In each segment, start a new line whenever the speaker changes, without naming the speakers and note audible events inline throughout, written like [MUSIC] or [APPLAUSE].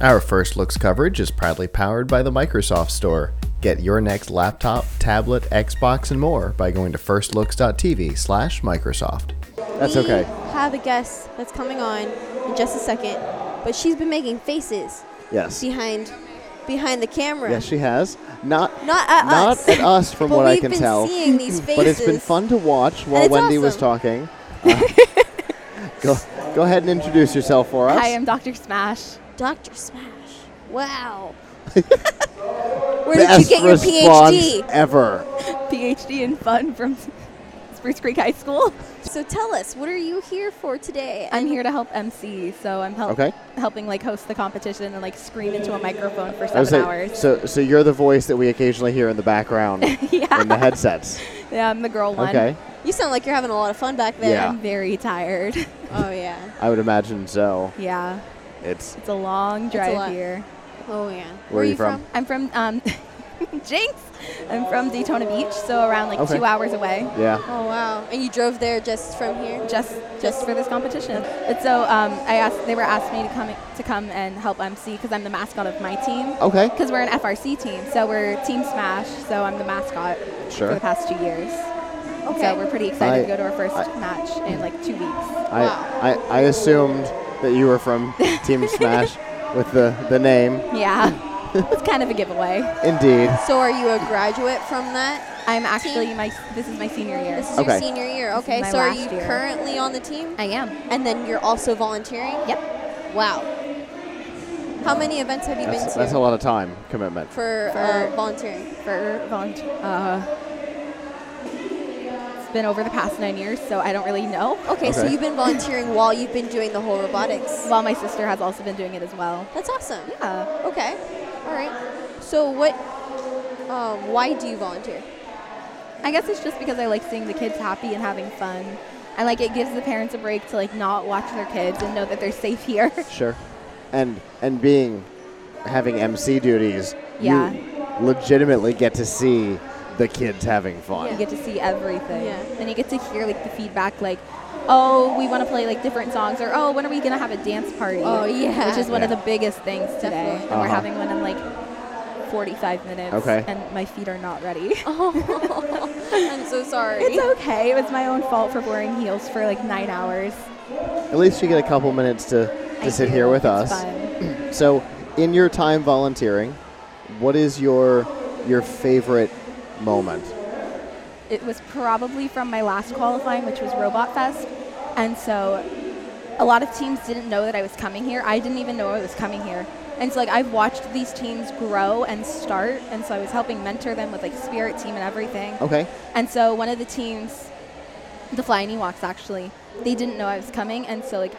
Our First Looks coverage is proudly powered by the Microsoft Store. Get your next laptop, tablet, Xbox, and more by going to firstlooks.tv slash Microsoft. That's
we
okay.
have a guest that's coming on in just a second, but she's been making faces
Yes.
behind behind the camera.
Yes, she has. Not
Not at
not
us.
at us,
[LAUGHS]
from
But
what I
we've
can
been
tell.
seeing
[LAUGHS]
these
But it's been
faces.
fun to watch while
it's
Wendy was
awesome. [LAUGHS]
talking. Uh, go, go ahead and introduce yourself for us.
Hi, I'm Dr. Smash.
Dr. Smash.
[LAUGHS]
Wow. Where did you
Best
get your
response
PhD?
ever.
PhD in fun from [LAUGHS] Spruce Creek High School.
So tell us, what are you here for today?
I'm here to help MC, so I'm help-
Okay.
helping like host the competition and like scream into a microphone for
I was
seven
like,
hours. [LAUGHS]
so so you're the voice that we occasionally hear in the background
[LAUGHS]
in the
yeah.
headsets.
yeah, I'm the girl one.
Okay,
You sound like you're having a lot of fun back there.
I'm very
[LAUGHS]
tired. [LAUGHS]
Oh yeah.
I would imagine so.
yeah,
It's
it's a long
a
drive
lot.
here.
Oh yeah.
Where are you from?
I'm from um, [LAUGHS] Jinx. I'm from Daytona Beach, so around like
Okay.
two hours away.
yeah.
Oh wow. And you drove there just from here?
just just for this competition. And so um, I asked, they were asking me to come to come and help MC because I'm the mascot of my team.
Okay,
Because we're an FRC team, so we're Team Smash. So I'm the mascot for
sure.
the past two years.
Okay.
So we're pretty excited to
I-
go to our first
I-
match in like two weeks.
I, I I assumed that you were from
[LAUGHS]
Team Smash with the the name.
Yeah, [LAUGHS] it's kind of a giveaway.
Indeed.
so are you a graduate from that?
I'm actually my this is my senior year.
This is
Okay.
your senior year.
This is
Okay.
my
So are
last
you
year.
currently on the team?
I am.
And then you're also volunteering?
Yep.
Wow. How many events have you been
That's,
to
that's a lot of time commitment.
for, uh, volunteering?
For volunteer. Uh, it's been over the past nine years, so I don't really know.
Okay, so
Okay.
you've been volunteering while you've been doing the whole robotics.
While my sister has also been doing it as well. Uh,
That's awesome.
Yeah.
Okay. All right. So what? Um, why do you volunteer?
I guess it's just because I like seeing the kids happy and having fun. And like it gives the parents a break to like not watch their kids and know that they're safe here. [LAUGHS]
Sure. And and being having MC duties,
Yeah.
you legitimately get to see the kids having fun.
you get to see everything.
Yeah.
And you get to hear like the feedback like, oh, we want to play like different songs or oh, when are we going to have a dance party?
Oh, [LAUGHS] yeah.
Which is one of
Yeah.
the biggest things today.
Definitely.
And
Uh-huh.
we're having one in like 45 minutes.
Okay.
And my feet are not ready.
Oh, I'm so sorry.
[LAUGHS] it's okay. It was my own fault for wearing heels for like nine hours.
At least you get a couple minutes to, to
I
sit
do.
here with us.
It's fun.
So, in your time volunteering, what is your your favorite moment?
it was probably from my last qualifying, which was Robot Fest. And so a lot of teams didn't know that I was coming here. I didn't even know I was coming here. And so like I've watched these teams grow and start and so I was helping mentor them with like spirit team and everything.
Okay.
And so one of the teams, the Flying Ewoks actually, they didn't know I was coming, and so like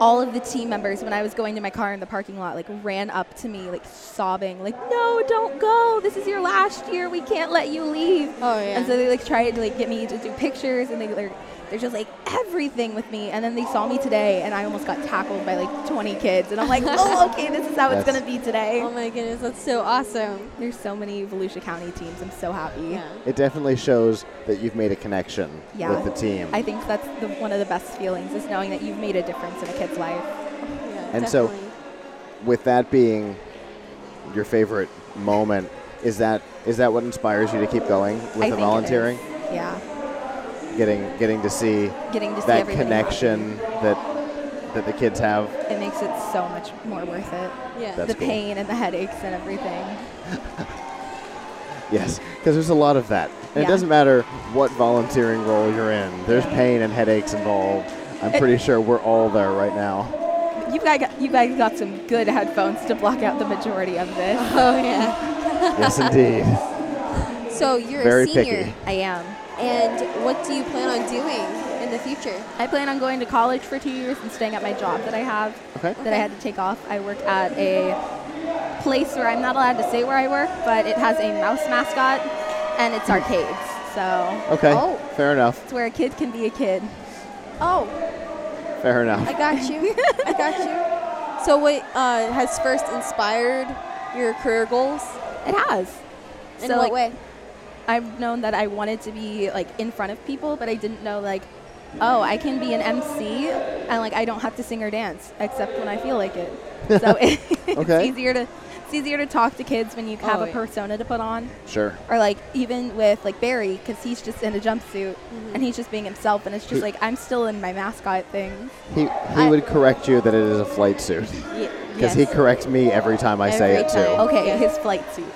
all of the team members, when I was going to my car in the parking lot, like ran up to me, like sobbing, like "No, don't go! This is your last year. We can't let you leave."
Oh, yeah.
And so they like tried to like get me to do pictures, and they like they're just like everything with me. And then they saw me today, and I almost got tackled by like 20 kids, and I'm
[LAUGHS]
like, "Oh, okay, this is how it's
That's-
gonna be today."
Oh my goodness, that's so awesome.
There's so many Volusia County teams. I'm so happy.
Yeah.
It definitely shows that you've made a connection
Yeah.
with the team.
I think that's the, one of the best feelings is knowing that you've made a difference in a kid's life.
yeah
And so-
definitely.
with that being your favorite moment, is that is that what inspires you to keep going with
I
the
think it is.
volunteering?
Yeah,
Getting getting to see
getting to see
that
everybody
connection that that the kids have.
happy, It makes it so much more worth it.
yeah.
That's
the
cool.
pain and the headaches and everything.
Yes, because there's a lot of that, and it
Yeah.
doesn't matter what volunteering role you're in. There's pain and headaches involved. I'm pretty sure we're all there right
[LAUGHS]
now.
You guys, got, you guys got some good headphones to block out the majority of this.
[LAUGHS] oh yeah.
Yes, indeed.
So you're
Very
a senior,
picky.
I am.
and what do you plan on doing in the future?
I plan on going to college for two years and staying at my job that I have [LAUGHS]
Okay.
that I had to take off. I work at a place where I'm not allowed to say where I work, but it has a mouse mascot and it's arcades. So
Okay.
Oh.
Fair enough.
it's where a kid can be a kid.
Oh,
Fair enough.
I got [LAUGHS] you. I got you. So what uh, has first inspired your career goals?
It has.
In
so
what
like,
way?
I've known that I wanted to be like in front of people, but I didn't know like oh, I can be an MC and like I don't have to sing or dance except when I feel like it. So [LAUGHS] it,
Okay.
it's easier to it's easier to talk to kids when you have
Oh,
a
yeah.
persona to put on,
Sure.
or like even with like Barry because he's just in a jumpsuit and he's just being himself, and it's just like I'm still in my mascot thing.
He he would correct you that it is a flight suit because he corrects me every time I say
Every
it
time.
too.
okay,
Yeah.
his flight suit.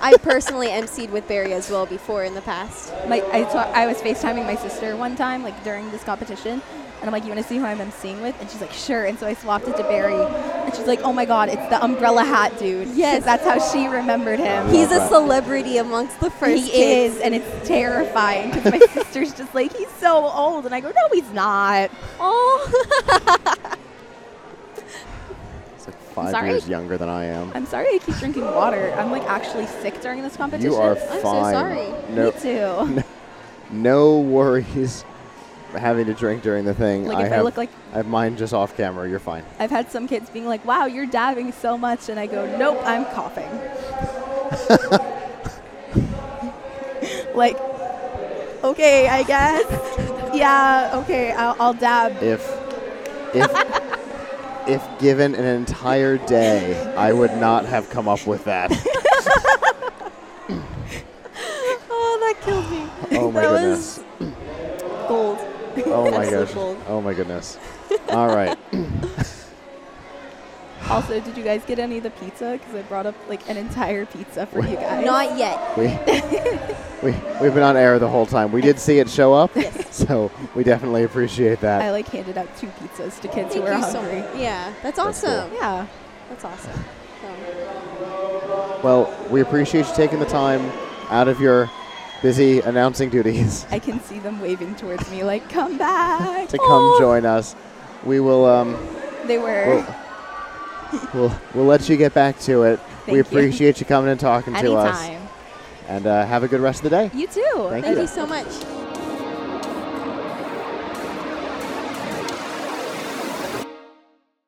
I personally emceed with Barry as well before in the past.
My, I, saw, I was FaceTiming my sister one time, like during this competition, and I'm like, "You want to see who I'm emceeing with?" And she's like, "Sure." And so I swapped it to Barry, and she's like, "Oh my God, it's the umbrella hat dude." 'Cause
Yes.
that's how she remembered him.
He
He's a
that.
celebrity amongst the first
he
kids.
is, and it's terrifying because my [LAUGHS] sister's just like, "He's so old," and I go, "No, he's not."
Oh,
He's like five
Sorry.
years younger than I am.
I'm sorry, I keep drinking water. I'm like actually sick during this competition.
You are
so
fine.
sorry.
No,
Me too.
no worries. [LAUGHS] Having to drink during the thing.
Like,
I
if I
have
look like-
I have mine just off camera. You're fine.
I've had some kids being like, "Wow, you're dabbing so much," and I go, "Nope, I'm coughing."
[LAUGHS]
like, okay, I guess. Yeah, okay, I'll, I'll dab.
If if [LAUGHS] if given an entire day, I would not have come up with
[LAUGHS]
that.
Oh, that killed me.
Oh my
that
goodness.
was gold.
Oh my
absolute
gosh.
gold.
Oh my goodness. All right.
Also, did you guys get any of the pizza? Because I brought up like an entire pizza for you guys.
not yet.
We, we, we've been on air the whole time. We did see it show up, [LAUGHS] so we definitely appreciate
I
that.
like handed out two pizzas to
Thank
kids who were
you so
hungry.
much. Yeah, that's
That's cool.
awesome.
Yeah.
That's awesome. So,
Well, we appreciate you taking the time out of your busy announcing duties
I can see them waving towards me like, come back.
to come
Oh.
join us. We will um,
They were.
we'll, we'll, we'll let you get back to it.
Thank
we
you.
appreciate you coming and talking to us.
Anytime.
And uh, have a good rest of the day.
You too.
Thank
thank
you.
you so much.